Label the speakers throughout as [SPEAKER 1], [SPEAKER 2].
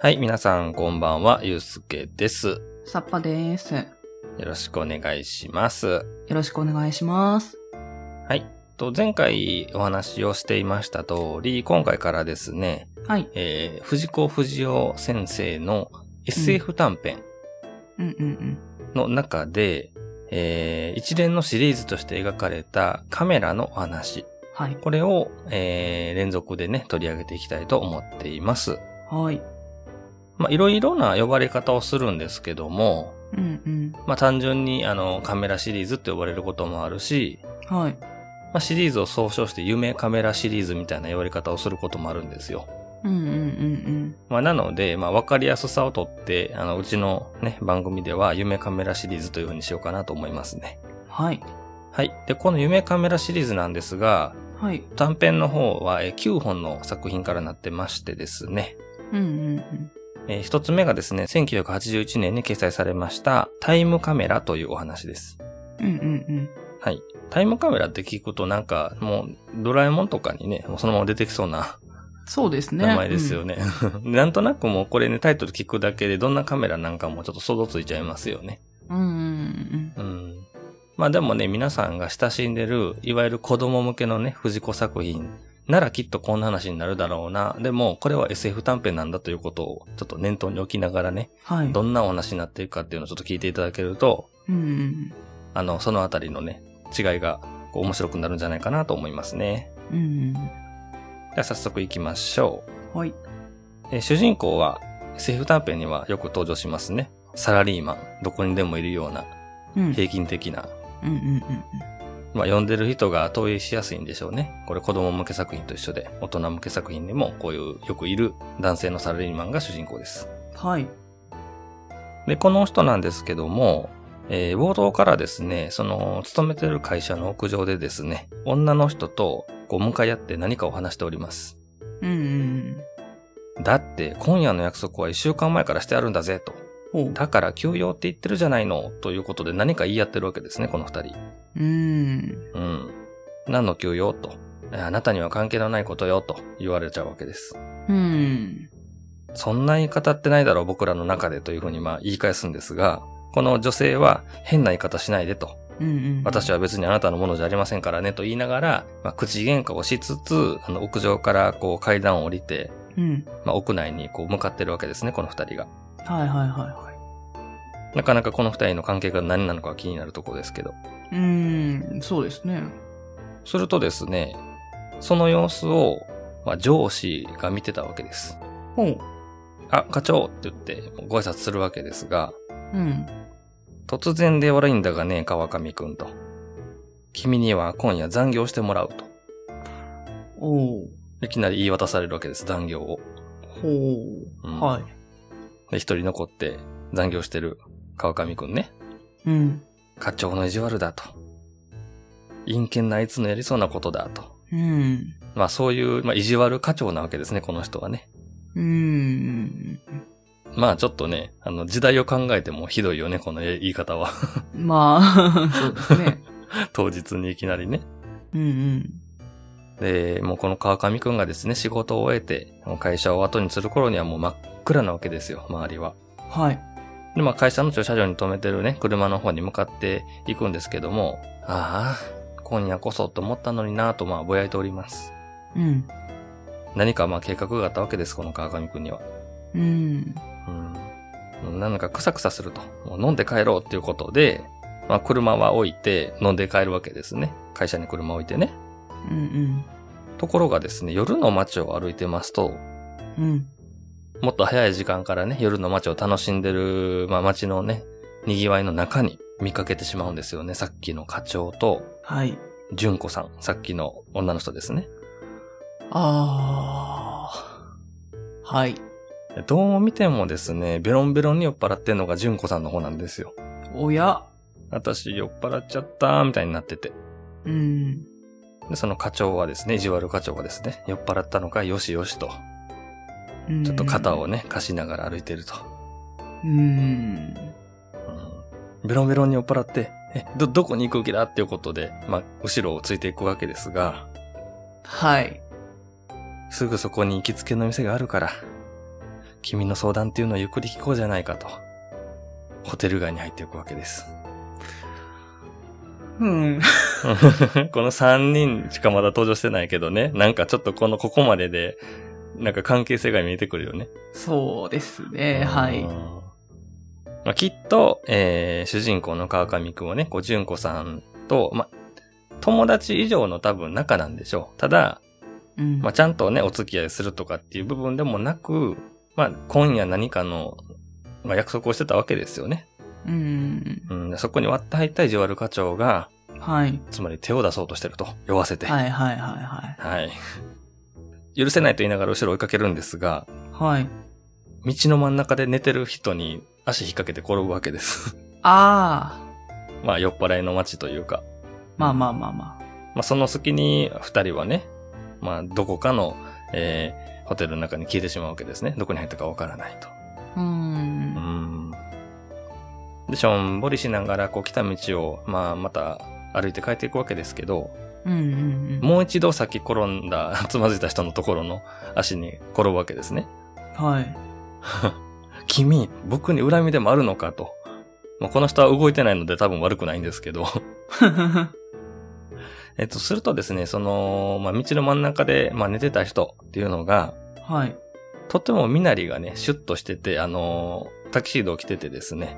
[SPEAKER 1] はい、皆さんこんばんは、ゆうすけです。よ
[SPEAKER 2] さっぱです。よ
[SPEAKER 1] ろしくお願いします。
[SPEAKER 2] ろしくお願いします。
[SPEAKER 1] はい。と前回お話をしていました通り、今回からですね、
[SPEAKER 2] はい。
[SPEAKER 1] えー、藤子不二雄先生の SF 短編
[SPEAKER 2] うんうんうん。
[SPEAKER 1] の中で、えー一連のシリーズとして描かれたカメラのお話。
[SPEAKER 2] はい。
[SPEAKER 1] これを、えー連続でね、取り上げていきたいと思っています。
[SPEAKER 2] はい。
[SPEAKER 1] まあ、いろいろな呼ばれ方をするんですけども、
[SPEAKER 2] うん
[SPEAKER 1] まあ、単純にあの、カメラシリーズって呼ばれることもあるし、
[SPEAKER 2] うん。はい。
[SPEAKER 1] まあ、シリーズを総称して夢カメラシリーズみたいな呼ばれ方をすることもあるんですよ。
[SPEAKER 2] うんうんうん
[SPEAKER 1] まあ、なので、まあ、わかりやすさをとって、あの、うちのね、番組では夢カメラシリーズというふうにしようかなと思いますね。
[SPEAKER 2] うん。はい。
[SPEAKER 1] はい。で、この夢カメラシリーズなんですが、
[SPEAKER 2] はい。
[SPEAKER 1] 短編の方はえー9本の作品からなってましてですね。
[SPEAKER 2] うんうん
[SPEAKER 1] えー一つ目がですね、1981年に掲載されました、タイムカメラというお話です。
[SPEAKER 2] うん。うんうん
[SPEAKER 1] はい。タイムカメラって聞くとなんか、もう、ドラえもんとかにね、もうそのまま出てきそうな
[SPEAKER 2] うん。そうですね。
[SPEAKER 1] 名前ですよね。 なんとなくもうこれね、タイトル聞くだけでどんなカメラなんかもちょっと想像ついちゃいますよね。
[SPEAKER 2] うん。うんうん
[SPEAKER 1] うん。まあでもね、皆さんが親しんでる、いわゆる子供向けのね、藤子作品ならきっとこんな話になるだろうな。でも、これは SF 短編なんだということをちょっと念頭に置きながらね、
[SPEAKER 2] うん。はい。
[SPEAKER 1] どんなお話になっていくかっていうのをちょっと聞いていただけると、
[SPEAKER 2] うんうん
[SPEAKER 1] あの、そのあたりのね、違いがこう面白くなるんじゃないかなと思いますね。
[SPEAKER 2] うん。うん
[SPEAKER 1] では早速行きましょ
[SPEAKER 2] うん。はい。
[SPEAKER 1] う。えー主人公は SF 短編にはよく登場しますね。サラリーマン、どこにでもいるような
[SPEAKER 2] うん。うん
[SPEAKER 1] 平均的な
[SPEAKER 2] うんうん
[SPEAKER 1] まあ、読んでる人が投影しやすいんでしょうね。これ子供向け作品と一緒で、大人向け作品にもこういうよくいる男性のサラリーマンが主人公です。
[SPEAKER 2] うん。はい。
[SPEAKER 1] で、この人なんですけども、えー冒頭からですね、その、勤めてる会社の屋上でですね、女の人とこう向かい合って何かを話しております。
[SPEAKER 2] うんうん
[SPEAKER 1] だって、今夜の約束は一週間前からしてあるんだぜ、と。
[SPEAKER 2] うん。ほう。
[SPEAKER 1] だから休養って言ってるじゃないの、ということで何か言い合ってるわけですね、この二人。
[SPEAKER 2] うん。
[SPEAKER 1] うん。何の休養と。えあなたには関係のないことよと言われちゃうわけです。
[SPEAKER 2] うん。
[SPEAKER 1] そんな言い方ってないだろう僕らの中でというふうにまあ言い返すんですが、この女性は変な言い方しないでと。
[SPEAKER 2] うんうん。
[SPEAKER 1] 私
[SPEAKER 2] は。
[SPEAKER 1] は別にあなたのものじゃありませんからねと言いながら、まあ、口喧嘩をしつつ、あの屋上からこう階段を降りて、
[SPEAKER 2] うん。
[SPEAKER 1] まあ、屋内にこう向かってるわけですね、この二人が。
[SPEAKER 2] はいはいはいは
[SPEAKER 1] なかなかこの二人の関係が何なのか気になるところですけど。
[SPEAKER 2] い。うん。そうですね。
[SPEAKER 1] するとですね、その様子を、まあ、上司が見てたわけです。
[SPEAKER 2] ほう。
[SPEAKER 1] あ、課長って言ってご挨拶するわけですが、
[SPEAKER 2] うん。
[SPEAKER 1] 突然で悪いんだがね、川上くんと。君には今夜残業してもらうと。
[SPEAKER 2] おう。
[SPEAKER 1] いきなり言い渡されるわけです、残業を。
[SPEAKER 2] ほう。
[SPEAKER 1] うん
[SPEAKER 2] はい。
[SPEAKER 1] で、一人残って残業してる川上くんね。
[SPEAKER 2] うん。
[SPEAKER 1] 課長の意地悪だと。陰険なあいつのやりそうなことだと。
[SPEAKER 2] うん。
[SPEAKER 1] まあそういう、まあ意地悪課長なわけですね、この人はね。
[SPEAKER 2] うん。
[SPEAKER 1] まあちょっとね、あの時代を考えてもひどいよね、この言い方は。
[SPEAKER 2] まあ、そうですね。
[SPEAKER 1] 当日にいきなりね。
[SPEAKER 2] うん
[SPEAKER 1] で、もうこの川上くんがですね、仕事を終えて、会社を後にする頃にはもう真っ暗なわけですよ、周りは。
[SPEAKER 2] うん。はい。
[SPEAKER 1] で、まあ会社の駐車場に止めてるね、車の方に向かっていくんですけども、ああ、今夜こそと思ったのになぁとまあぼやいております。
[SPEAKER 2] うん。
[SPEAKER 1] 何かまあ計画があったわけです、この川上くんには。
[SPEAKER 2] うん。
[SPEAKER 1] うん。なんかくさくさすると。もう飲んで帰ろうっていうことで、まあ車は置いて飲んで帰るわけですね。会社に車置いてね。
[SPEAKER 2] うん
[SPEAKER 1] ところがですね、夜の街を歩いてますと、
[SPEAKER 2] うん。うん。
[SPEAKER 1] もっと早い時間からね、夜の街を楽しんでる、まあ街のね、賑わいの中に見かけてしまうんですよね。さっきの課長と、
[SPEAKER 2] はい。
[SPEAKER 1] 純子さん。さっきの女の人ですね。
[SPEAKER 2] ああ。はい。
[SPEAKER 1] どう見てもですね、ベロンベロンに酔っ払ってんのが純子さんの方なんですよ。
[SPEAKER 2] おや。
[SPEAKER 1] 私酔っ払っちゃったーみたいになってて。
[SPEAKER 2] うん。
[SPEAKER 1] で、その課長はですね、意地悪課長がですね、酔っ払ったのかよしよしと、
[SPEAKER 2] うん
[SPEAKER 1] ちょっと肩を。ね、貸しながら歩いてると。
[SPEAKER 2] うん。
[SPEAKER 1] うんベロンベロンに酔っ払って、え、ど、どこに行く気だっていうことで、まあ、後ろをついていくわけですが、
[SPEAKER 2] はい。
[SPEAKER 1] すぐそこに行きつけの店があるから、君の相談っていうのをゆっくり聞こうじゃないかと、ホテル街に入っていくわけです。
[SPEAKER 2] うん。
[SPEAKER 1] この3人しかまだ登場してないけどね、なんかちょっとこのここまでで、なんか関係性が見えてくるよね。
[SPEAKER 2] そうですね。はい。
[SPEAKER 1] まあ、きっと、えー主人公の川上くんはね、こう、純子さんと、まあ、友達以上の多分仲なんでしょう。ただ、
[SPEAKER 2] うん。
[SPEAKER 1] まあ、ちゃんとね、お付き合いするとかっていう部分でもなく、まあ、今夜何かの、まあ、約束をしてたわけですよね。
[SPEAKER 2] うん。
[SPEAKER 1] うん、でそこに割って入った意地悪課長が、
[SPEAKER 2] はい。
[SPEAKER 1] つまり手を出そうとしてると、酔わせて。
[SPEAKER 2] はいはいはいはい。
[SPEAKER 1] はい。許せないと言いながら後ろ追いかけるんですが、
[SPEAKER 2] はい。
[SPEAKER 1] 道の真ん中で寝てる人に足引っ掛けて転ぶわけです。
[SPEAKER 2] あ
[SPEAKER 1] まあ酔っ払いの街というか。
[SPEAKER 2] あ。まあまあまあまあ。
[SPEAKER 1] まあその隙に二人はね、まあどこかの、えーホテルの中に消えてしまうわけですね。どこに入ったかわからないと。
[SPEAKER 2] うー。
[SPEAKER 1] うんん。で、しょんぼりしながらこう来た道を、まあまた歩いて帰っていくわけですけど、
[SPEAKER 2] うんうんうん。
[SPEAKER 1] もう一度さっき転んだ、 つまずいた人のところの足に転ぶわけですね。
[SPEAKER 2] はい。
[SPEAKER 1] 君、僕に恨みでもあるのかと。まあ、この人は動いてないので多分悪くないんですけど。えっと、するとですね、その、まあ、道の真ん中で、まあ、寝てた人っていうのが、
[SPEAKER 2] はい。
[SPEAKER 1] とても身なりがね、シュッとしてて、あのータキシードを着ててですね、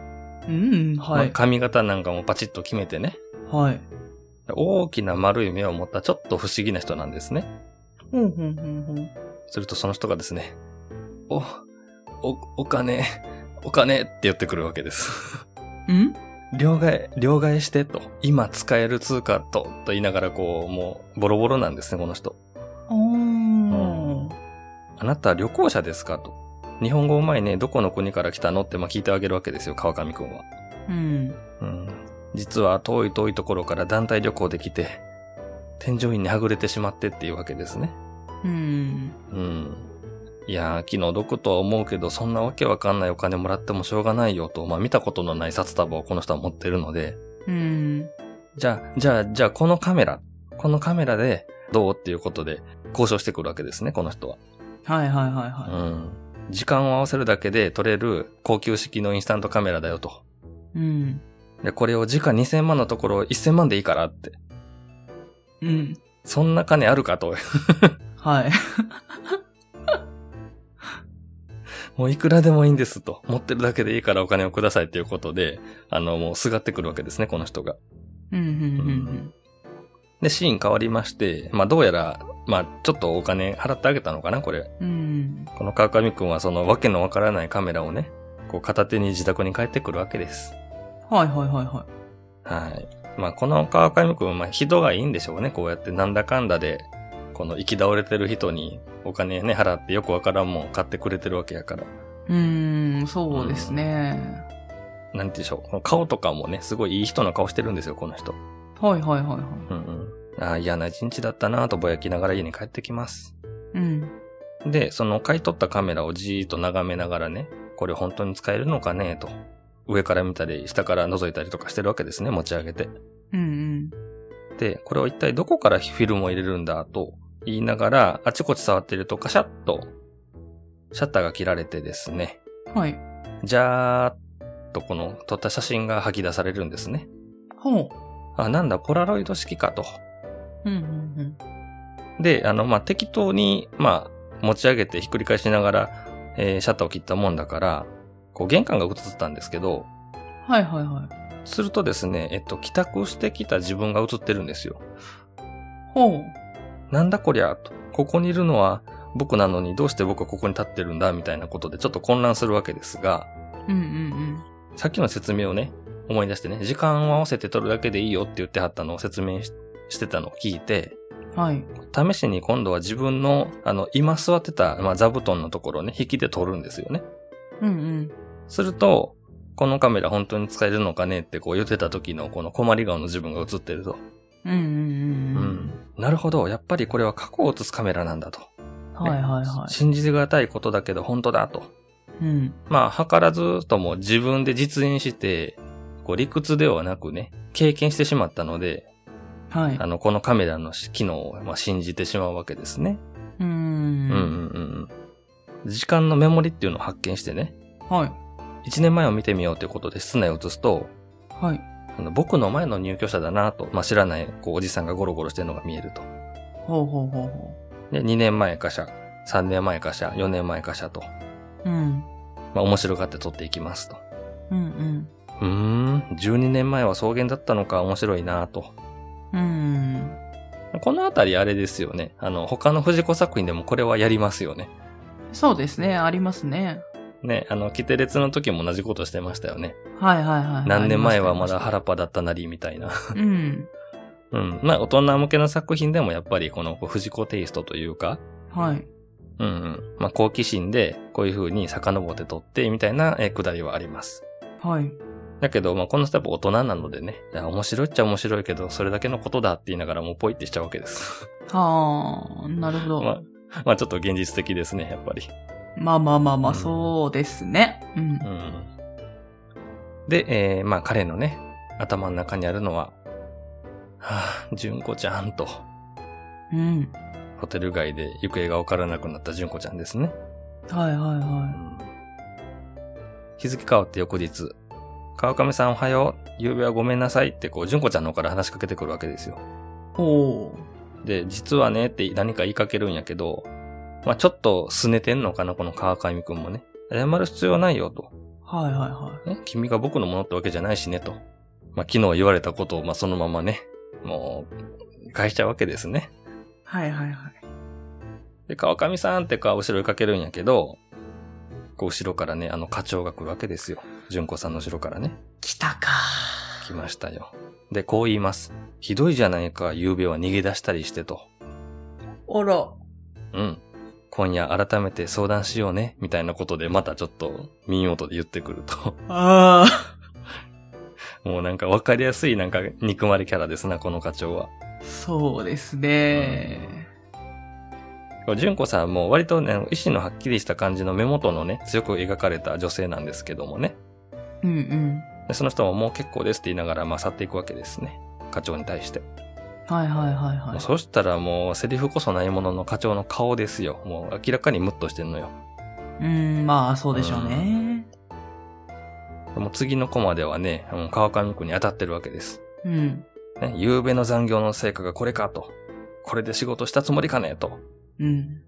[SPEAKER 2] うん、は
[SPEAKER 1] まあ
[SPEAKER 2] い。
[SPEAKER 1] 髪型なんかもパチッと決めてね、
[SPEAKER 2] はい。
[SPEAKER 1] 大きな丸い目を持ったちょっと不思議な人なんですね。
[SPEAKER 2] ほんほんほんほん。
[SPEAKER 1] するとその人がですね、お、お、お金、お金って言ってくるわけです。
[SPEAKER 2] うん
[SPEAKER 1] 両替、両替してと、今使える通貨と、と言いながらこう、もう、ボロボロなんですね、この人。
[SPEAKER 2] おー。
[SPEAKER 1] あなたは旅行者ですかと。日本語うまいね、どこの国から来たのって、まあ、聞いてあげるわけですよ、川上くんは。
[SPEAKER 2] うん。
[SPEAKER 1] うん。実は遠い遠いところから団体旅行で来て、添乗員にはぐれてしまってっていうわけですね。
[SPEAKER 2] うん。
[SPEAKER 1] うん。いやー、気の毒とは思うけど、そんなわけわかんないお金もらってもしょうがないよと、まあ、見たことのない札束をこの人は持ってるので、
[SPEAKER 2] うん。
[SPEAKER 1] じゃあ、じゃあ、じゃあ、このカメラ、このカメラで、どうっていうことで、交渉してくるわけですね、この人は。
[SPEAKER 2] はいはいはいは
[SPEAKER 1] うん。時間を合わせるだけで撮れる高級式のインスタントカメラだよと。
[SPEAKER 2] い。うん。
[SPEAKER 1] で、これを時価2000万のところ1000万でいいからって。
[SPEAKER 2] うん。
[SPEAKER 1] そんな金あるかと。
[SPEAKER 2] はい。
[SPEAKER 1] もういくらでもいいんですと。持ってるだけでいいからお金をくださいっていうことで、あの、もうすがってくるわけですね、この人が。
[SPEAKER 2] うんうん
[SPEAKER 1] で、シーン変わりまして、まあ、どうやら、まあ、ちょっとお金払ってあげたのかな、これ。
[SPEAKER 2] うんうん。うん。
[SPEAKER 1] この川上くんはそのわけのわからないカメラをね、こう片手に自宅に帰ってくるわけです。
[SPEAKER 2] はいはいはいは
[SPEAKER 1] はい。まあこの川上くんはまあ人がいいんでしょうね。こうやってなんだかんだで、この行き倒れてる人にお金ね、払ってよくわからんもん買ってくれてるわけやから。
[SPEAKER 2] い。うーん、そうですね。
[SPEAKER 1] なんて言うんでしょう。この顔とかもね、すごいいい人の顔してるんですよ、この人。
[SPEAKER 2] はいはいはいは
[SPEAKER 1] うん
[SPEAKER 2] い。
[SPEAKER 1] うん。ああ、嫌な一日だったなぁとぼやきながら家に帰ってきます。
[SPEAKER 2] うん。
[SPEAKER 1] で、その買い取ったカメラをじーっと眺めながらね、これ本当に使えるのかねと。上から見たり、下から覗いたりとかしてるわけですね、持ち上げて。
[SPEAKER 2] うん
[SPEAKER 1] で、これを一体どこからフィルムを入れるんだと言いながら、あちこち触ってるとカシャッと、シャッターが切られてですね、
[SPEAKER 2] うん。はい。
[SPEAKER 1] じゃーっとこの撮った写真が吐き出されるんですね。
[SPEAKER 2] ほう。
[SPEAKER 1] あ、なんだ、ポラロイド式かと。
[SPEAKER 2] うんうん
[SPEAKER 1] で、あの、まあ、適当に、まあ、持ち上げてひっくり返しながら、えーシャッターを切ったもんだから、こう、玄関が映ったんですけど、
[SPEAKER 2] うん。はいはいはい。
[SPEAKER 1] するとですね、えっと、帰宅してきた自分が映ってるんですよ。
[SPEAKER 2] ほう。
[SPEAKER 1] なんだこりゃ、と。ここにいるのは僕なのにどうして僕はここに立ってるんだ、みたいなことでちょっと混乱するわけですが、
[SPEAKER 2] うんうん
[SPEAKER 1] さっきの説明をね、思い出してね、時間を合わせて撮るだけでいいよって言ってはったのを説明ししてたのを聞いて、
[SPEAKER 2] うん。はい。
[SPEAKER 1] 試しに今度は自分の、あの、今座ってた、まあ、座布団のところね、引きで撮るんですよね。
[SPEAKER 2] うんうん。
[SPEAKER 1] すると、このカメラ本当に使えるのかねってこう言ってた時のこの困り顔の自分が映ってると。
[SPEAKER 2] うんうんう
[SPEAKER 1] う
[SPEAKER 2] ん。
[SPEAKER 1] ん。なるほど。やっぱりこれは過去を映すカメラなんだと。
[SPEAKER 2] はいはいは
[SPEAKER 1] 信じがたいことだけど本当だと。
[SPEAKER 2] い。うん。
[SPEAKER 1] まあ、図らずとも自分で実演して、こう理屈ではなくね、経験してしまったので、
[SPEAKER 2] はい。
[SPEAKER 1] あ
[SPEAKER 2] う
[SPEAKER 1] の、このカメラの機能をまあ信じてしまうわけですね。
[SPEAKER 2] ー
[SPEAKER 1] うんうんう
[SPEAKER 2] ん。
[SPEAKER 1] ん。時間のメモリっていうのを発見してね、
[SPEAKER 2] はい。
[SPEAKER 1] 1年前を見てみようということで室内を映すと、
[SPEAKER 2] はい。
[SPEAKER 1] あの僕の前の入居者だなと、まあ、知らないこうおじさんがゴロゴロしてるのが見えると。
[SPEAKER 2] ほうほうほうほ
[SPEAKER 1] で、2年前かしゃ、3年前かしゃ、4年前かしゃと、
[SPEAKER 2] う。うん。
[SPEAKER 1] まあ、面白がって撮っていきますと。
[SPEAKER 2] うん
[SPEAKER 1] うーん、12年前は草原だったのか面白いなと。
[SPEAKER 2] うん。うん。
[SPEAKER 1] このあたりあれですよね。あの、他の藤子作品でもこれはやりますよね。
[SPEAKER 2] そうですね。ありますね。
[SPEAKER 1] ね、あの、キテレツの時も同じことしてましたよね。
[SPEAKER 2] はいはいはい。
[SPEAKER 1] 何年前はまだ
[SPEAKER 2] あ
[SPEAKER 1] 原っぱだったなりみたいな。
[SPEAKER 2] りましたうん。
[SPEAKER 1] うん。まあ、大人向けの作品でもやっぱりこのこう藤子テイストというか、
[SPEAKER 2] はい。
[SPEAKER 1] うんうん。まあ、好奇心でこういう風に遡って撮ってみたいな、えーくだりはあります。
[SPEAKER 2] はい。
[SPEAKER 1] だけど、まあ、この人やっぱ大人なのでね、いや面白いっちゃ面白いけど、それだけのことだって言いながらもうポイってしちゃうわけです。
[SPEAKER 2] はあ、なるほど。
[SPEAKER 1] まあ、まあ、ちょっと現実的ですね、やっぱり。
[SPEAKER 2] まあまあまあま
[SPEAKER 1] う
[SPEAKER 2] あ、
[SPEAKER 1] ん
[SPEAKER 2] そうですね。うん
[SPEAKER 1] う。ん。で、えーまあ、彼のね、頭の中にあるのは、はぁ、純子ちゃんと、
[SPEAKER 2] うん。
[SPEAKER 1] ホテル街で行方がわからなくなった純子ちゃんですね。
[SPEAKER 2] はいはいは
[SPEAKER 1] 日付変わって翌日、川上さんおはよう、夕べはごめんなさいってこう、純子ちゃんの方から話しかけてくるわけですよ。
[SPEAKER 2] い。おー。
[SPEAKER 1] で、実はねって何か言いかけるんやけど、まあちょっと拗ねてんのかな、この川上くんもね。謝る必要はないよと。
[SPEAKER 2] はいはいはい。
[SPEAKER 1] ね君が僕のものってわけじゃないしねと。まあ昨日言われたことを、まあそのままね、もう、返しちゃうわけですね。
[SPEAKER 2] はいはいはい。
[SPEAKER 1] で、川上さんってか後ろ追いかけるんやけど、こう後ろからね、あの課長が来るわけですよ。純子さんの後ろからね。
[SPEAKER 2] 来たか。
[SPEAKER 1] 来ましたよ。で、こう言います。ひどいじゃないか、夕べは逃げ出したりしてと。
[SPEAKER 2] あら。
[SPEAKER 1] うん。今夜改めて相談しようね、みたいなことでまたちょっと民謡とで言ってくると。
[SPEAKER 2] あ
[SPEAKER 1] もうなんかわかりやすいなんか憎まれキャラですな、この課長は。
[SPEAKER 2] あ。そうですね。
[SPEAKER 1] 純子さんも割とね、意志のはっきりした感じの目元のね、強く描かれた女性なんですけどもね。
[SPEAKER 2] うんうん。
[SPEAKER 1] でその人ももう結構ですって言いながら、まあ去っていくわけですね。課長に対して。
[SPEAKER 2] はいはいはい
[SPEAKER 1] も
[SPEAKER 2] は
[SPEAKER 1] う
[SPEAKER 2] い。
[SPEAKER 1] そしたらもうセリフこそないものの課長の顔ですよ。もう明らかにムッとしてんのよ。
[SPEAKER 2] うん、まあ、そうでしょうね。
[SPEAKER 1] もう次のコマではね、もう川上くんに当たってるわけです。
[SPEAKER 2] うん。
[SPEAKER 1] ね、夕べの残業の成果がこれかと。これで仕事したつもりかねと。
[SPEAKER 2] うん。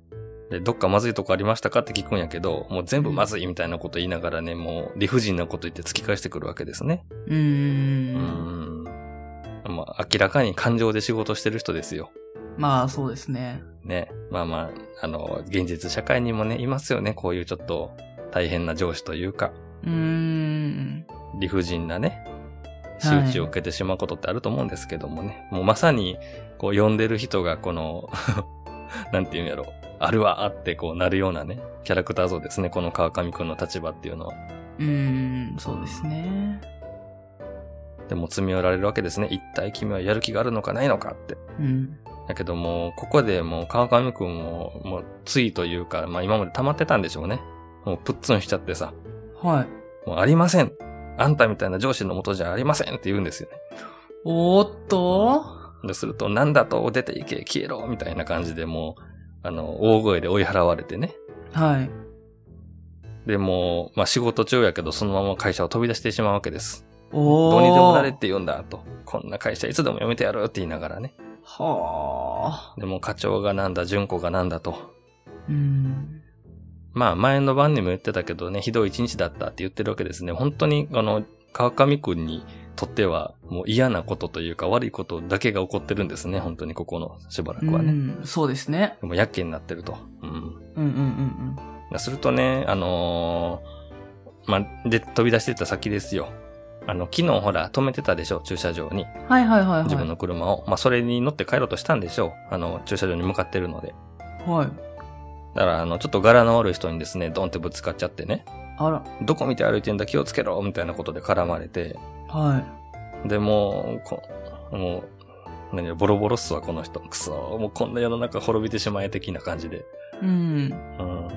[SPEAKER 1] で、どっかまずいとこありましたかって聞くんやけど、もう全部まずいみたいなこと言いながらね、もう理不尽なこと言って突き返してくるわけですね。
[SPEAKER 2] う。
[SPEAKER 1] うんん。まあ、明らかに感情で仕事してる人ですよ。
[SPEAKER 2] まあ、そうですね。
[SPEAKER 1] ね。まあまあ、あの、現実社会にもね、いますよね。こういうちょっと大変な上司というか、
[SPEAKER 2] うーん。
[SPEAKER 1] 理不尽なね、仕
[SPEAKER 2] はい
[SPEAKER 1] 打ちを受けてしまうことってあると思うんですけどもね。もうまさに、こう、呼んでる人がこの、 なんていうんやろ、あるわ、あってこうなるようなね、キャラクター像ですね。この川上くんの立場っていうのは。
[SPEAKER 2] うーん、そうですね。
[SPEAKER 1] でも詰め寄られるわけですね。一体君はやる気があるのかないのかって。
[SPEAKER 2] うん。
[SPEAKER 1] だけどもう、ここでもう川上くんも、もう、ついというか、まあ今まで溜まってたんでしょうね。もうプッツンしちゃってさ、
[SPEAKER 2] はい。
[SPEAKER 1] もうありませんあんたみたいな上司のもとじゃありませんって言うんですよね。
[SPEAKER 2] おーっと
[SPEAKER 1] ですると、なんだと出ていけ、消えろみたいな感じでもう、あの、大声で追い払われてね。
[SPEAKER 2] はい。
[SPEAKER 1] で、もう、まあ仕事中やけど、そのまま会社を飛び出してしまうわけです。
[SPEAKER 2] おー。
[SPEAKER 1] どうにでもなれって言うんだと。こんな会社いつでも辞めてやるって言いながらね。
[SPEAKER 2] はあ。
[SPEAKER 1] でも課長がなんだ、純子がなんだと。
[SPEAKER 2] うん。
[SPEAKER 1] まあ前の晩にも言ってたけどね、ひどい一日だったって言ってるわけですね。本当に、あの、川上くんにとっては、もう嫌なことというか悪いことだけが起こってるんですね。本当にここのしばらくはね。
[SPEAKER 2] うん、そうですね。
[SPEAKER 1] でもやけになってると。うん。
[SPEAKER 2] うんうんうん
[SPEAKER 1] するとね、あのーまあ、で、飛び出してった先ですよ。あの、昨日ほら、止めてたでしょ、駐車場に。
[SPEAKER 2] うん。はいはいはいはい。
[SPEAKER 1] 自分の車を。まあ、それに乗って帰ろうとしたんでしょう。あの、駐車場に向かってるので。
[SPEAKER 2] はい。
[SPEAKER 1] だから、あの、ちょっと柄の悪い人にですね、ドンってぶつかっちゃってね。
[SPEAKER 2] あら。
[SPEAKER 1] どこ見て歩いてんだ気をつけろみたいなことで絡まれて、
[SPEAKER 2] は
[SPEAKER 1] で、もう、こもう、何ボロボロっすわ、この人。くそーもうこんな世の中滅びてしまえ的な感じで。
[SPEAKER 2] い。うん。
[SPEAKER 1] うん。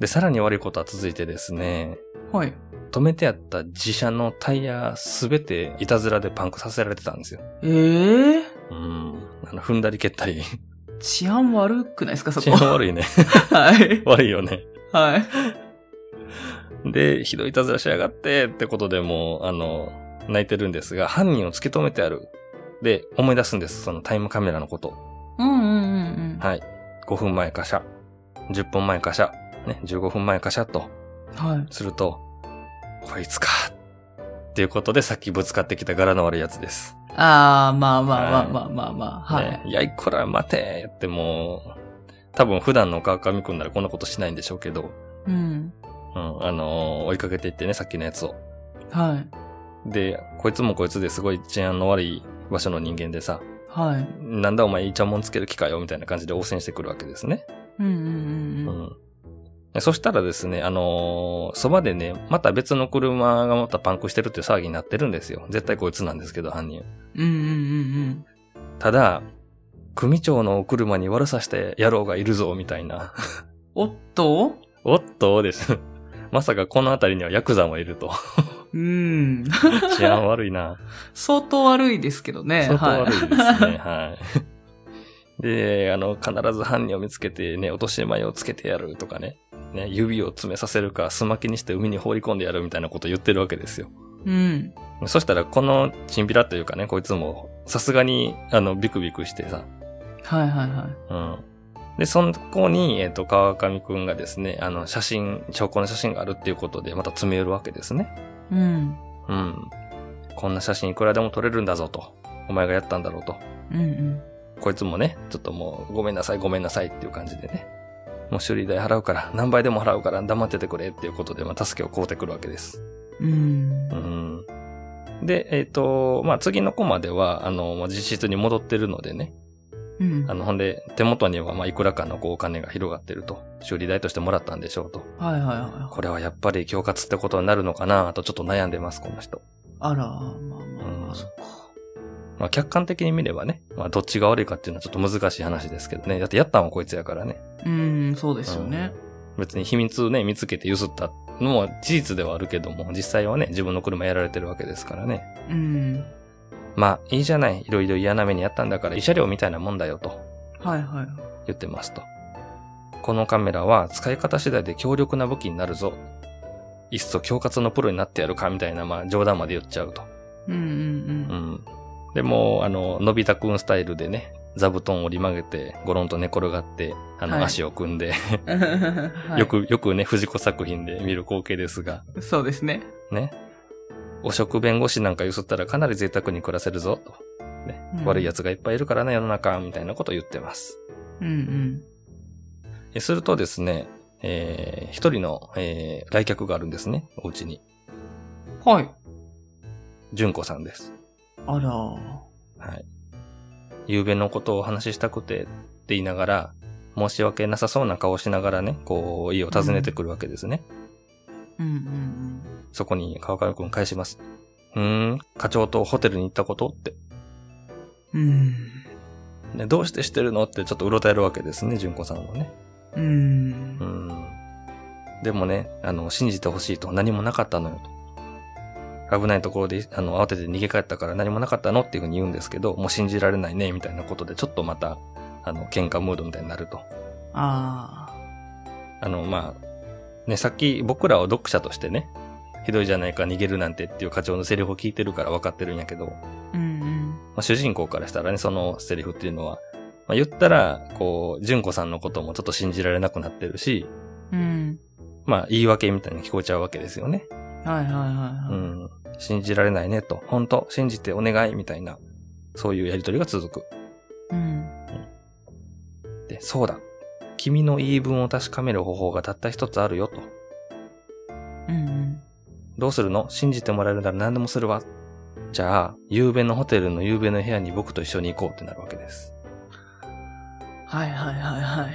[SPEAKER 1] で、さらに悪いことは続いてですね、
[SPEAKER 2] はい。
[SPEAKER 1] 止めてあった自車のタイヤすべていたずらでパンクさせられてたんですよ。
[SPEAKER 2] ええ
[SPEAKER 1] うん。あの、踏んだり蹴ったり。
[SPEAKER 2] 治安悪くないですかそこ。
[SPEAKER 1] 治安悪いね。
[SPEAKER 2] はい。
[SPEAKER 1] 悪いよね。
[SPEAKER 2] はい。
[SPEAKER 1] で、ひどいいたずらしやがってってことでもう、あの、泣いてるんですが、犯人を突き止めてある。で、思い出すんです。そのタイムカメラのこと。
[SPEAKER 2] うんうんうん
[SPEAKER 1] はい。5分前かしゃ。10分前かしゃ。ね、15分前かしゃと。
[SPEAKER 2] うん。はい。
[SPEAKER 1] すると、こいつか。っていうことで、さっきぶつかってきた柄の悪いやつです。
[SPEAKER 2] ああ、まあまあまあまあまあまあ。はい。
[SPEAKER 1] ねいやいこら待てってもう、多分普段の川上くんならこんなことしないんでしょうけど、
[SPEAKER 2] うん。
[SPEAKER 1] うん、あのー追いかけていってね、さっきのやつを。
[SPEAKER 2] はい。
[SPEAKER 1] で、こいつもこいつですごい治安の悪い場所の人間でさ、
[SPEAKER 2] はい。
[SPEAKER 1] なんだお前いいちゃもんつける気かよ、みたいな感じで応戦してくるわけですね。
[SPEAKER 2] うんうんうん
[SPEAKER 1] う
[SPEAKER 2] うん。
[SPEAKER 1] ん。でそしたらですね、あのーそばでね、また別の車がまたパンクしてるっていう騒ぎになってるんですよ。絶対こいつなんですけど、犯人。
[SPEAKER 2] うんうん
[SPEAKER 1] ただ、組長のお車に悪さして野郎がいるぞ、みたいな。
[SPEAKER 2] うん。おっと
[SPEAKER 1] おっと、です。 まさかこの辺りにはヤクザもいると。
[SPEAKER 2] うん。
[SPEAKER 1] 治安悪いな。
[SPEAKER 2] 相当悪いですけどね。
[SPEAKER 1] 相当悪いですね。
[SPEAKER 2] は
[SPEAKER 1] はい。で、あの、必ず犯人を見つけてね、落とし前をつけてやるとかね。ね、指を詰めさせるか、すまきにして海に放り込んでやるみたいなこと言ってるわけですよ。
[SPEAKER 2] うん。
[SPEAKER 1] そしたら、このチンピラというかね、こいつも、さすがに、あの、ビクビクしてさ、
[SPEAKER 2] はいはいはい。
[SPEAKER 1] うん。で、その子に、えっ、と、川上くんがですね、あの、写真、証拠の写真があるっていうことで、また詰め寄るわけですね。
[SPEAKER 2] うん。
[SPEAKER 1] うん。こんな写真いくらでも撮れるんだぞと。お前がやったんだろうと。
[SPEAKER 2] うんうん。
[SPEAKER 1] こいつもね、ちょっともう、ごめんなさい、ごめんなさいっていう感じでね。もう修理代払うから、何倍でも払うから黙っててくれっていうことで、まあ、助けを買うてくるわけです。
[SPEAKER 2] うん。
[SPEAKER 1] うん。で、えっ、と、まあ、次の子までは、あの、もう実質に戻ってるのでね。
[SPEAKER 2] うん
[SPEAKER 1] あ。の、ほんで、手元には、まあ、いくらかのこうお金が広がってると。修理代としてもらったんでしょうと。
[SPEAKER 2] はいはいは
[SPEAKER 1] これはやっぱり恐喝ってことになるのかなとちょっと悩んでます、この人。
[SPEAKER 2] い。あら、まあまあま
[SPEAKER 1] う
[SPEAKER 2] あ、
[SPEAKER 1] ん
[SPEAKER 2] そっか。
[SPEAKER 1] まあ、客観的に見ればね、まあ、どっちが悪いかっていうのはちょっと難しい話ですけどね。だってやったんはこいつやからね。
[SPEAKER 2] うん、そうですよね。
[SPEAKER 1] 別に秘密をね、見つけてゆすったのも事実ではあるけども、実際はね、自分の車やられてるわけですからね。
[SPEAKER 2] うん。
[SPEAKER 1] まあ、いいじゃない。いろいろ嫌な目にやったんだから、慰謝料みたいなもんだよと
[SPEAKER 2] はいはい。
[SPEAKER 1] 言ってますと。このカメラは使い方次第で強力な武器になるぞ。いっそ恐喝のプロになってやるかみたいな、まあ冗談まで言っちゃうと。
[SPEAKER 2] うんうん
[SPEAKER 1] う
[SPEAKER 2] うん。
[SPEAKER 1] ん。でもう、あの、のび太くんスタイルでね、座布団を折り曲げて、ゴロンと寝転がって、あの、
[SPEAKER 2] はい
[SPEAKER 1] 足を組んで、
[SPEAKER 2] はい
[SPEAKER 1] よ。く、よくね、藤子作品で見る光景ですが、
[SPEAKER 2] そうですね。
[SPEAKER 1] ね。汚職弁護士なんかゆすったらかなり贅沢に暮らせるぞ、と。ね
[SPEAKER 2] うん
[SPEAKER 1] 悪い奴がいっぱいいるからね、世の中、みたいなことを言ってます。
[SPEAKER 2] うん
[SPEAKER 1] えするとですね、えー一人の、えー来客があるんですね、お家に。
[SPEAKER 2] うん。はい。
[SPEAKER 1] 純子さんです。
[SPEAKER 2] あら。
[SPEAKER 1] はい。夕べのことをお話ししたくてって言いながら、申し訳なさそうな顔をしながらね、こう、家を訪ねてくるわけですね。
[SPEAKER 2] うんうん
[SPEAKER 1] そこに川上くん返します。うーん、課長とホテルに行ったことって。
[SPEAKER 2] うん。うん。
[SPEAKER 1] ね、どうしてしてるのってちょっとうろたえるわけですね、純子さんはね。
[SPEAKER 2] う。
[SPEAKER 1] うんん。でもね、あの、信じてほしいと、何もなかったのよと。危ないところで、あの、慌てて逃げ帰ったから何もなかったのっていうふうに言うんですけど、もう信じられないね、みたいなことで、ちょっとまた、あの、喧嘩ムードみたいになると。
[SPEAKER 2] あ
[SPEAKER 1] あの、まあ、ね、さっき僕らは読者としてね、ひどいじゃないか逃げるなんてっていう課長のセリフを聞いてるから分かってるんやけど、ま
[SPEAKER 2] あ。うんうん。
[SPEAKER 1] あ、主人公からしたらね、そのセリフっていうのは、まあ、言ったら、こう、純子さんのこともちょっと信じられなくなってるし、
[SPEAKER 2] うん。
[SPEAKER 1] まあ、言い訳みたいに聞こえちゃうわけですよね。
[SPEAKER 2] はいはいはいうはい。
[SPEAKER 1] ん。信じられないねと、本当信じてお願いみたいな、そういうやりとりが続く。
[SPEAKER 2] うん。
[SPEAKER 1] で、そうだ。君の言い分を確かめる方法がたった一つあるよと。
[SPEAKER 2] うんうん。
[SPEAKER 1] どうするの信じてもらえるなら何でもするわ。じゃあ、夕べのホテルの夕べの部屋に僕と一緒に行こうってなるわけです。
[SPEAKER 2] はいはいはいはい。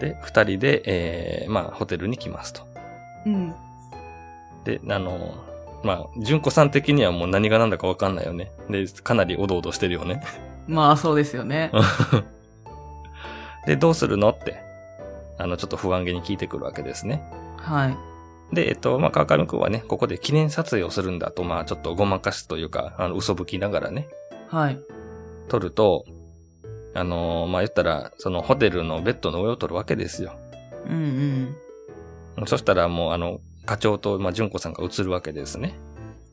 [SPEAKER 1] で、二人で、えー、まあ、ホテルに来ますと。
[SPEAKER 2] うん。
[SPEAKER 1] で、あの、まあ、純子さん的にはもう何が何だかわかんないよね。で、かなりおどおどしてるよね。
[SPEAKER 2] まあそうですよね。
[SPEAKER 1] で、どうするのって、あの、ちょっと不安げに聞いてくるわけですね。
[SPEAKER 2] はい。
[SPEAKER 1] で、えっと、まあ、川上くんはね、ここで記念撮影をするんだと、まあ、ちょっとごまかしというか、あの、嘘吹きながらね、
[SPEAKER 2] はい。
[SPEAKER 1] 撮ると、あのーまあ、言ったら、そのホテルのベッドの上を取るわけですよ。
[SPEAKER 2] うん。
[SPEAKER 1] そしたらもう、あの、課長と、まあ、純子さんが映るわけですね。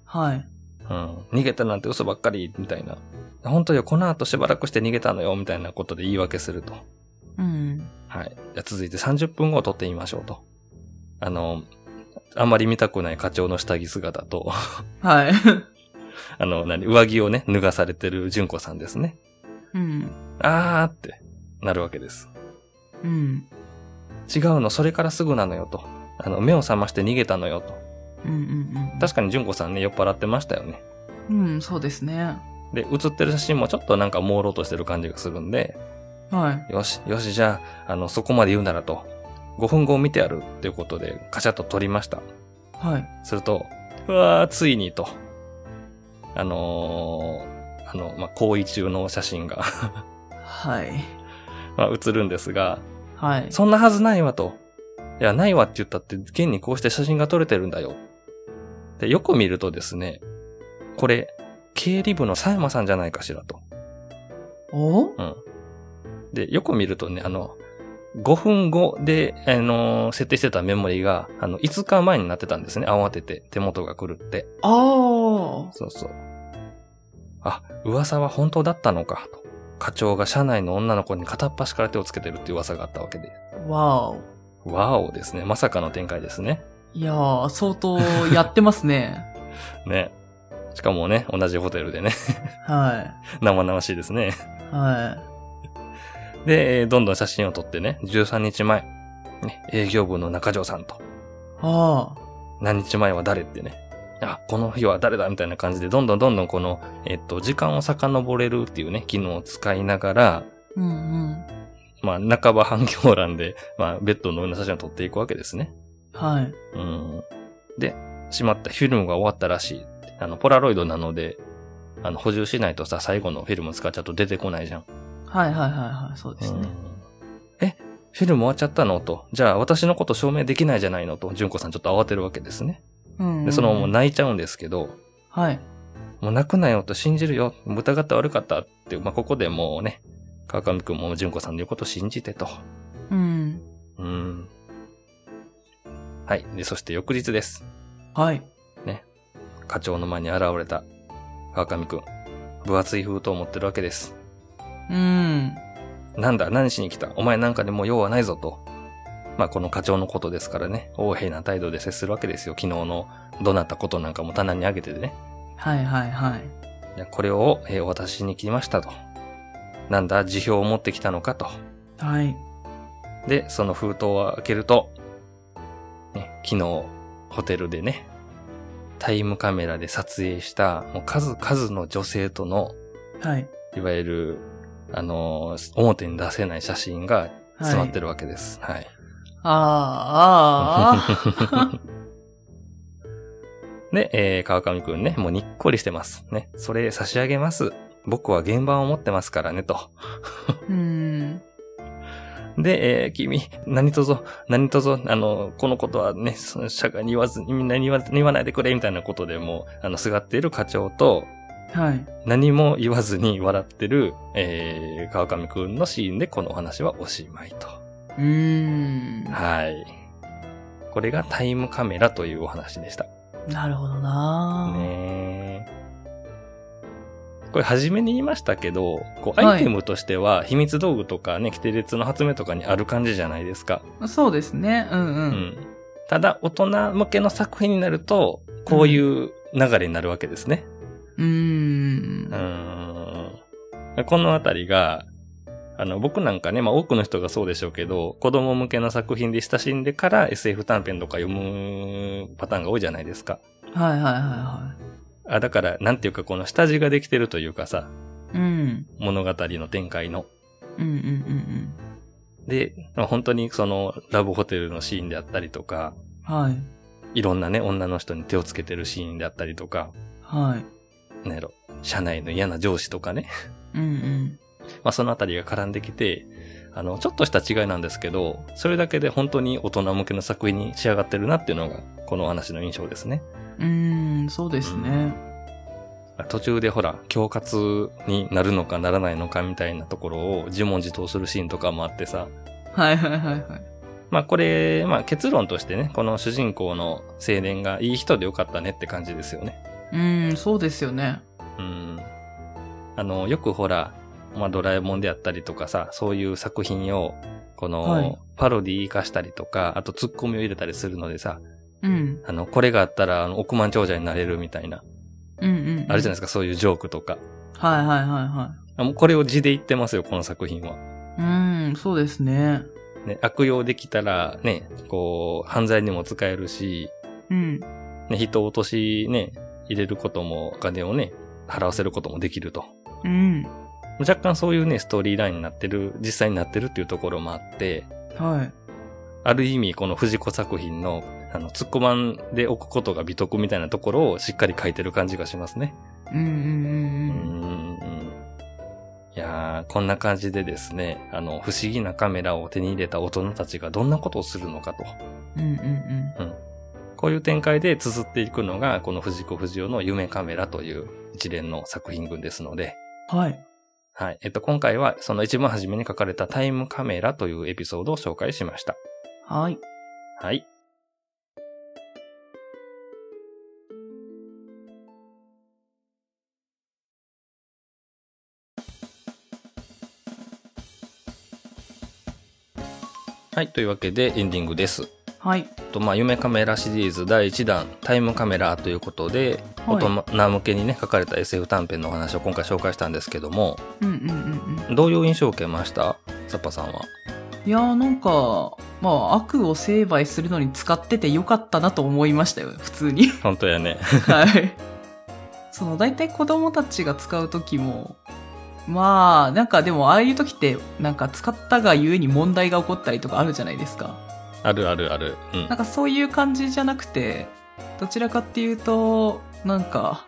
[SPEAKER 2] はい。
[SPEAKER 1] うん。逃げたなんて嘘ばっかり、みたいな。本当よ、この後しばらくして逃げたのよ、みたいなことで言い訳すると。
[SPEAKER 2] うん。
[SPEAKER 1] はい。じゃあ続いて30分後を撮ってみましょうと。あの、あんまり見たくない課長の下着姿と、
[SPEAKER 2] はい。
[SPEAKER 1] あの、何、上着をね、脱がされてる純子さんですね。
[SPEAKER 2] うん。
[SPEAKER 1] あーってなるわけです。
[SPEAKER 2] うん。
[SPEAKER 1] 違うの、それからすぐなのよと。あの、目を覚まして逃げたのよと。
[SPEAKER 2] うんうんうん。
[SPEAKER 1] 確かに純子さんね、酔っ払ってましたよね。
[SPEAKER 2] うん、そうですね。
[SPEAKER 1] で、写ってる写真もちょっとなんか朦朧としてる感じがするんで、
[SPEAKER 2] はい。
[SPEAKER 1] よし、よし、じゃあ、あの、そこまで言うならと。5分後を見てやるっていうことで、カシャッと撮りました。
[SPEAKER 2] はい。
[SPEAKER 1] すると、うわー、ついにと。あのー、あの、まあ、行為中の写真が、
[SPEAKER 2] はい。
[SPEAKER 1] まあ、映るんですが、
[SPEAKER 2] はい。
[SPEAKER 1] そんなはずないわと。いや、ないわって言ったって、現にこうして写真が撮れてるんだよ。で、よく見るとですね、これ、経理部の佐山さんじゃないかしらと。
[SPEAKER 2] お
[SPEAKER 1] で、よく見るとね、あの、5分後で、あのー設定してたメモリが、あの、5日前になってたんですね。慌てて、手元が狂って。
[SPEAKER 2] あ
[SPEAKER 1] そうそう。あ、噂は本当だったのか、と。課長が社内の女の子に片っ端から手をつけてるっていう噂があったわけで。
[SPEAKER 2] あ。わお。
[SPEAKER 1] わおですね。まさかの展開ですね。
[SPEAKER 2] いやー、相当やってますね。
[SPEAKER 1] ね。しかもね、同じホテルでね、
[SPEAKER 2] は
[SPEAKER 1] 生々しいですね。
[SPEAKER 2] い。は
[SPEAKER 1] で、えーどんどん写真を撮ってね、13日前、ね、営業部の中条さんと、
[SPEAKER 2] い。あ
[SPEAKER 1] 何日前は誰ってね、あ、この日は誰だみたいな感じで、どんどんどんどんこの、えっと、時間を遡れるっていうね、機能を使いながら、
[SPEAKER 2] ー。うんうん。
[SPEAKER 1] まあ、半ば反響欄で、まあ、ベッドの上の写真を撮っていくわけですね。
[SPEAKER 2] はい。
[SPEAKER 1] うん。で、しまったフィルムが終わったらしい。あの、ポラロイドなので、あの、補充しないとさ、最後のフィルム使っちゃうと出てこないじゃん。
[SPEAKER 2] はいはいはいはい。そうですね。
[SPEAKER 1] うんえ、フィルム終わっちゃったのと。じゃあ、私のこと証明できないじゃないのと、純子さんちょっと慌てるわけですね。
[SPEAKER 2] うん、
[SPEAKER 1] で、そのまま泣いちゃうんですけど、
[SPEAKER 2] はい。
[SPEAKER 1] もう泣くなよと信じるよ。疑って悪かったって、まあ、ここでもうね、川上くんも純子さんの言うことを信じてと。
[SPEAKER 2] うん。
[SPEAKER 1] うん。はい。で、そして翌日です。
[SPEAKER 2] はい。
[SPEAKER 1] 課長の前に現れた川上くん。分厚い封筒を持ってるわけです。
[SPEAKER 2] うん。
[SPEAKER 1] なんだ、何しに来たお前なんかでもう用はないぞと。まあ、この課長のことですからね、横平な態度で接するわけですよ。昨日のどなったことなんかも棚にあげててね。
[SPEAKER 2] はいはいはい。
[SPEAKER 1] いやこれを、えーお渡しに来ましたと。なんだ、辞表を持ってきたのかと。
[SPEAKER 2] はい。
[SPEAKER 1] で、その封筒を開けると、ね、昨日、ホテルでね、タイムカメラで撮影した、もう数々の女性との、
[SPEAKER 2] はい。
[SPEAKER 1] いわゆる、あのー表に出せない写真が
[SPEAKER 2] はい。
[SPEAKER 1] 詰まって
[SPEAKER 2] る。
[SPEAKER 1] るわけです。はい。
[SPEAKER 2] あーあー。あー
[SPEAKER 1] で、えー川上くんね、もうにっこりしてます。ね、それ差し上げます。僕は現場を持ってますからね、と。
[SPEAKER 2] うん。
[SPEAKER 1] で、えー君、何とぞ、何とぞ、あの、このことはね、その社会に言わず、みんなに言わ言わないでくれ、みたいなことでもう、あの、すがっている課長と、
[SPEAKER 2] はい。
[SPEAKER 1] 何も言わずに笑ってる、えー川上くんのシーンでこのお話はおしまいと。
[SPEAKER 2] うーん。
[SPEAKER 1] はい。これがタイムカメラというお話でした。
[SPEAKER 2] なるほどなー。
[SPEAKER 1] ねーこれ初めに言いましたけど、こうアイテムとしては秘密道具とかね、規定列の発明とかにある感じじゃないですか。
[SPEAKER 2] そうですね。うんう。
[SPEAKER 1] うんん。ただ、大人向けの作品になると、こういう流れになるわけですね。
[SPEAKER 2] うーん。
[SPEAKER 1] うーん。このあたりが、あの、僕なんかね、まあ多くの人がそうでしょうけど、子供向けの作品で親しんでから SF 短編とか読むパターンが多いじゃないですか。
[SPEAKER 2] はいはいはいは
[SPEAKER 1] あ、だから、なんていうかこの下地ができてるというかさ、
[SPEAKER 2] い。うん。
[SPEAKER 1] 物語の展開の。
[SPEAKER 2] うんうんうん
[SPEAKER 1] で、まあ本当にそのラブホテルのシーンであったりとか、
[SPEAKER 2] うん。はい。
[SPEAKER 1] いろんなね、女の人に手をつけてるシーンであったりとか、
[SPEAKER 2] はい。
[SPEAKER 1] なんやろ、社内の嫌な上司とかね。
[SPEAKER 2] うん
[SPEAKER 1] まあそのあたりが絡んできて、あの、ちょっとした違いなんですけど、それだけで本当に大人向けの作品に仕上がってるなっていうのが、このお話の印象ですね。
[SPEAKER 2] うん。うーん、そうですね。
[SPEAKER 1] 途中でほら、恐喝になるのかならないのかみたいなところを自問自答するシーンとかもあってさ、
[SPEAKER 2] はいはいはいはい。
[SPEAKER 1] まあこれ、まあ結論としてね、この主人公の青年がいい人でよかったねって感じですよね。
[SPEAKER 2] うん、そうですよね。
[SPEAKER 1] うん。あの、よくほら、まあドラえもんであったりとかさ、そういう作品を、こ
[SPEAKER 2] は
[SPEAKER 1] の
[SPEAKER 2] い、
[SPEAKER 1] パロディ化したりとか、あとツッコミを入れたりするのでさ、
[SPEAKER 2] うん。
[SPEAKER 1] あの、これがあったら、あの、億万長者になれるみたいな、
[SPEAKER 2] うんうん、うん。
[SPEAKER 1] あるじゃない
[SPEAKER 2] ない
[SPEAKER 1] ですか、そういうジョークとか。
[SPEAKER 2] はいはいはいは
[SPEAKER 1] あもうこれを字で言ってますよ、この作品は。
[SPEAKER 2] い。うん、そうですね。
[SPEAKER 1] ね、悪用できたら、ね、こう、犯罪にも使えるし、
[SPEAKER 2] うん。
[SPEAKER 1] ね、人を落とし、ね、入れることも、お金をね、払わせることもできると。
[SPEAKER 2] うん。
[SPEAKER 1] 若干そういうね、ストーリーラインになってる、実際になってるっていうところもあって、
[SPEAKER 2] はい。
[SPEAKER 1] ある意味、この藤子作品の、あの、突っ込まんでおくことが美徳みたいなところをしっかり書いてる感じがしますね。
[SPEAKER 2] うんうん
[SPEAKER 1] う
[SPEAKER 2] うんん
[SPEAKER 1] いやー、こんな感じでですね、あの、不思議なカメラを手に入れた大人たちがどんなことをするのかと。
[SPEAKER 2] うん。うんうん
[SPEAKER 1] こういう展開で綴っていくのが、この藤子不二雄の夢カメラという一連の作品群ですので、
[SPEAKER 2] うん。はい。
[SPEAKER 1] はい。えっと、今回はその一番初めに書かれたタイムカメラというエピソードを紹介しました。
[SPEAKER 2] はい。
[SPEAKER 1] はい。はい。というわけでエンディングです。
[SPEAKER 2] はい。
[SPEAKER 1] と、まあ、夢カメラシリーズ第1弾、タイムカメラということで、
[SPEAKER 2] はい
[SPEAKER 1] 大人向けにね、書かれた SF 短編のお話を今回紹介したんですけども、
[SPEAKER 2] うんうんうんうん。
[SPEAKER 1] どういう印象を受けましたサッパさんは。
[SPEAKER 2] いやーなんか、まあ、悪を成敗するのに使っててよかったなと思いましたよ、普通に。
[SPEAKER 1] 本当やね。
[SPEAKER 2] はい。その、大体子供たちが使う時も、まあ、なんかでも、ああいう時って、なんか使ったがゆえに問題が起こったりとかあるじゃないですか。
[SPEAKER 1] あるあるある。うん
[SPEAKER 2] なん。かそういう感じじゃなくて、どちらかっていうと、なんか、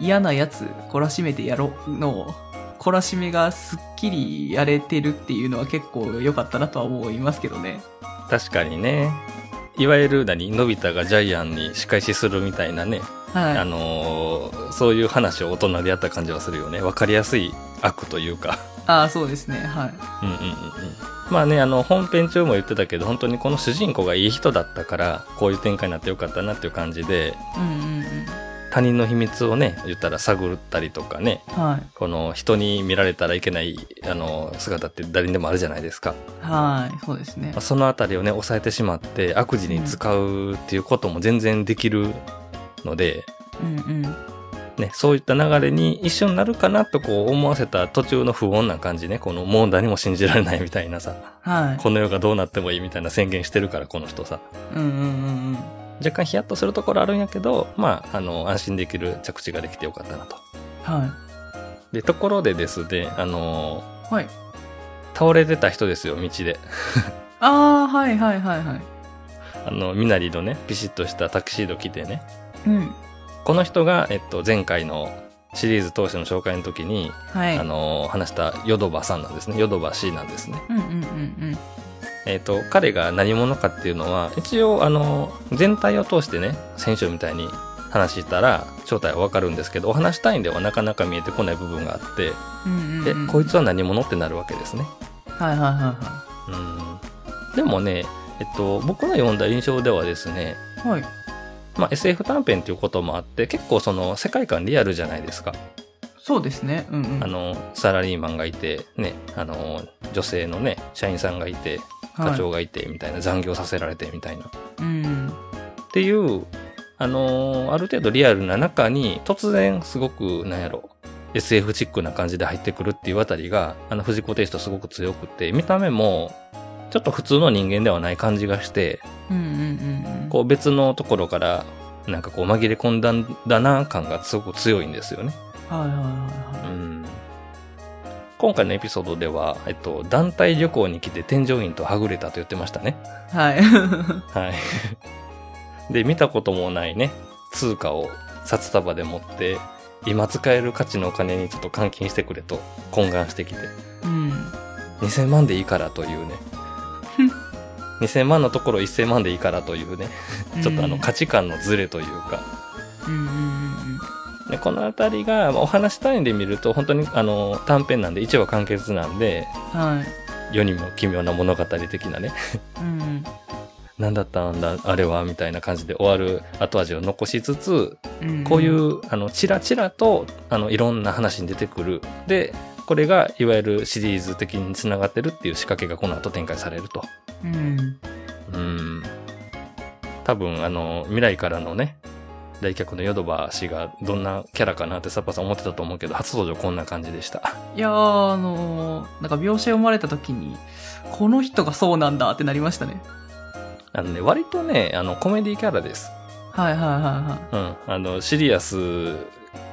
[SPEAKER 2] 嫌なやつ懲らしめてやろうの、懲らしめがすっきりやれてるっていうのは結構良かったなとは思いますけどね。
[SPEAKER 1] 確かにね。いわゆる何、のび太がジャイアンに仕返しするみたいなね、
[SPEAKER 2] はい。
[SPEAKER 1] あのーそういう話を大人でやった感じはするよね。わかりやすい悪というか。
[SPEAKER 2] ああ、そうですね。はい。
[SPEAKER 1] うんうんうんうん。まあね、あの、本編中も言ってたけど、本当にこの主人公がいい人だったから、こういう展開になってよかったなっていう感じで、
[SPEAKER 2] うんうんうん。
[SPEAKER 1] 他人の秘密をね、言ったら探ったりとかね、
[SPEAKER 2] はい。
[SPEAKER 1] この人に見られたらいけない、あの、姿って誰にでもあるじゃないですか。
[SPEAKER 2] はい。そうですね
[SPEAKER 1] まあ。そのあたりをね、抑えてしまって、悪事に使うっていうことも全然できるので、
[SPEAKER 2] うんうん。
[SPEAKER 1] ね、そういった流れに一緒になるかなとこう思わせた途中の不穏な感じね、このもう何も信じられないみたいなさ、
[SPEAKER 2] はい。
[SPEAKER 1] この世がどうなってもいいみたいな宣言してるから、この人さ。
[SPEAKER 2] うんうんうんうん。
[SPEAKER 1] 若干ヒヤッとするところあるんやけど、まあ、あの、安心できる着地ができてよかったなと。
[SPEAKER 2] は
[SPEAKER 1] で、ところでですね、あのー、
[SPEAKER 2] い。はい。
[SPEAKER 1] 倒れてた人ですよ、道で。
[SPEAKER 2] ああ、はいはいはいはい。
[SPEAKER 1] あの、みなりのね、ピシッとしたタキシード着てね。
[SPEAKER 2] うん。
[SPEAKER 1] この人が、えっと、前回のシリーズ当初の紹介の時に、
[SPEAKER 2] はい。
[SPEAKER 1] あ
[SPEAKER 2] うん
[SPEAKER 1] のー、話したヨドバさんなんですね。ヨドバ C なんですね。
[SPEAKER 2] うんうん
[SPEAKER 1] えっと、彼が何者かっていうのは、一応、あのー、全体を通してね、選手みたいに話したら、正体はわかるんですけど、お話単位ではなかなか見えてこない部分があって、
[SPEAKER 2] うん。うんうん
[SPEAKER 1] で
[SPEAKER 2] うん。、
[SPEAKER 1] こいつは何者ってなるわけですね。
[SPEAKER 2] はいはいは
[SPEAKER 1] うん。でもね、えっと、僕の読んだ印象ではですね、
[SPEAKER 2] いはい。はい。
[SPEAKER 1] まあ、SF 短編ということもあって、結構その世界観リアルじゃないですか。
[SPEAKER 2] そうですね。うんうん。
[SPEAKER 1] あの、サラリーマンがいて、ね、あの、女性のね、社員さんがいて、
[SPEAKER 2] はい、
[SPEAKER 1] 課長がいて、みたいな、残業させられて、みたいな。っ
[SPEAKER 2] うん。
[SPEAKER 1] ていう、あの、ある程度リアルな中に、突然すごく、なんやろ、SF チックな感じで入ってくるっていうあたりが、あの、藤子テイストすごく強くて、見た目も、ちょっと普通の人間ではない感じがして、
[SPEAKER 2] うんうんうんうん。
[SPEAKER 1] こう別のところから、なんかこう紛れ込んだんだな感がすごく強いんですよね。
[SPEAKER 2] はいはいはい
[SPEAKER 1] う
[SPEAKER 2] は
[SPEAKER 1] ん今回のエピソードでは、えっと、団体旅行に来て添乗員とはぐれたと言ってましたね。
[SPEAKER 2] い。 は
[SPEAKER 1] はい。 で、見たこともないね、通貨を札束で持って、今使える価値のお金にちょっと換金してくれと懇願してきて、
[SPEAKER 2] い。うん。
[SPEAKER 1] 2000万でいいからというね。2000万のところ1000万でいいからというね、ちょっとあの価値観のズレというか、
[SPEAKER 2] うんうんうんうん。
[SPEAKER 1] でこの辺りがまあお話単位で見ると本当にあの短編なんで一話完結なんで
[SPEAKER 2] はい。
[SPEAKER 1] 世にも奇妙な物語的なね
[SPEAKER 2] うん。
[SPEAKER 1] 何だったんだあれはみたいな感じで終わる後味を残しつつ
[SPEAKER 2] うん
[SPEAKER 1] こうい。うあのチラチラとあのいろんな話に出てくるでこれがいわゆるシリーズ的につながってるっていう仕掛けがこの後展開されると。
[SPEAKER 2] うん。
[SPEAKER 1] うん多分あの未来からのね来客のヨドバ氏がどんなキャラかなってサッパさん思ってたと思うけど初登場こんな感じでした
[SPEAKER 2] いやー、あのーなんか描写読まれた時に、この人がそうなんだってなりましたね。
[SPEAKER 1] あのね割とねあのコメディキャラです
[SPEAKER 2] はいはいはいは
[SPEAKER 1] うんあのシリアス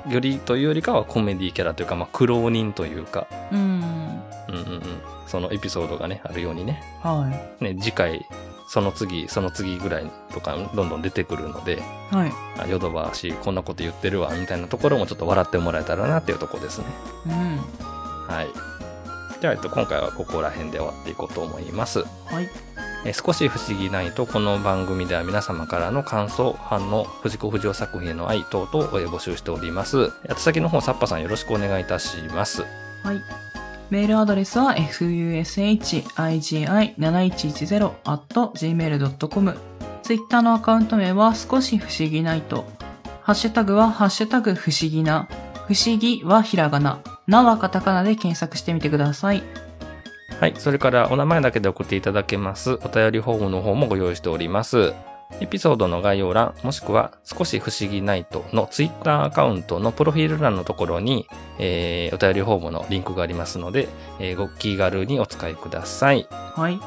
[SPEAKER 1] よりというよりかはコメディキャラというかまあ苦労人というか
[SPEAKER 2] い。うん。
[SPEAKER 1] うんうんうんそのエピソードがねあるようにね
[SPEAKER 2] は
[SPEAKER 1] ね次回その次その次ぐらいとかどんどん出てくるので
[SPEAKER 2] い。はい。
[SPEAKER 1] あヨドバ氏こんなこと言ってるわみたいなところもちょっと笑ってもらえたらなっていうところですね
[SPEAKER 2] うん。
[SPEAKER 1] はい。じゃあ、えっと、今回はここら辺で終わっていこうと思います。
[SPEAKER 2] はい。
[SPEAKER 1] えー少し不思議ないと、この番組では皆様からの感想、反応、藤子不二雄作品への愛等々をえー募集しております。宛先の方、サッパさんよろしくお願いいたします。
[SPEAKER 2] はい。メールアドレスは fushigi7110.gmail.com。ツイッターのアカウント名は少し不思議ないと。ハッシュタグはハッシュタグ不思議な。不思議はひらがな。なはカタカナで検索してみてください。
[SPEAKER 1] はい。それから、お名前だけで送っていただけます。お便りフォームの方もご用意しております。エピソードの概要欄、もしくは、少し不思議ナイトのツイッターアカウントのプロフィール欄のところに、えーお便りフォームのリンクがありますので、えーご気軽にお使いください。
[SPEAKER 2] はい。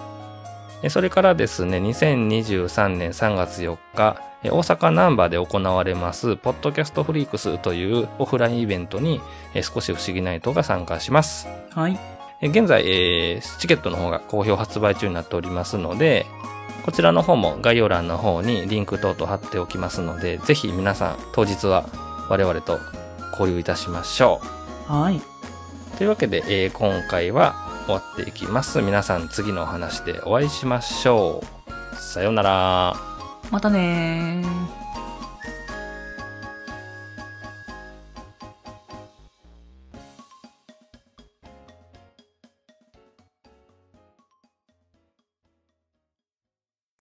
[SPEAKER 1] えそれからですね、2023年3月4日、え大阪ナンバーで行われます、ポッドキャストフリークスというオフラインイベントに、え少し不思議ナイトが参加します。
[SPEAKER 2] はい。
[SPEAKER 1] え現在、えーチケットの方が好評発売中になっておりますので、こちらの方も概要欄の方にリンク等々貼っておきますので、ぜひ皆さん当日は我々と交流いたしましょ
[SPEAKER 2] はい。
[SPEAKER 1] う。というわけで、えー今回は終わっていきます。皆さん次のお話でお会いしましょう。さようなら。
[SPEAKER 2] またねー。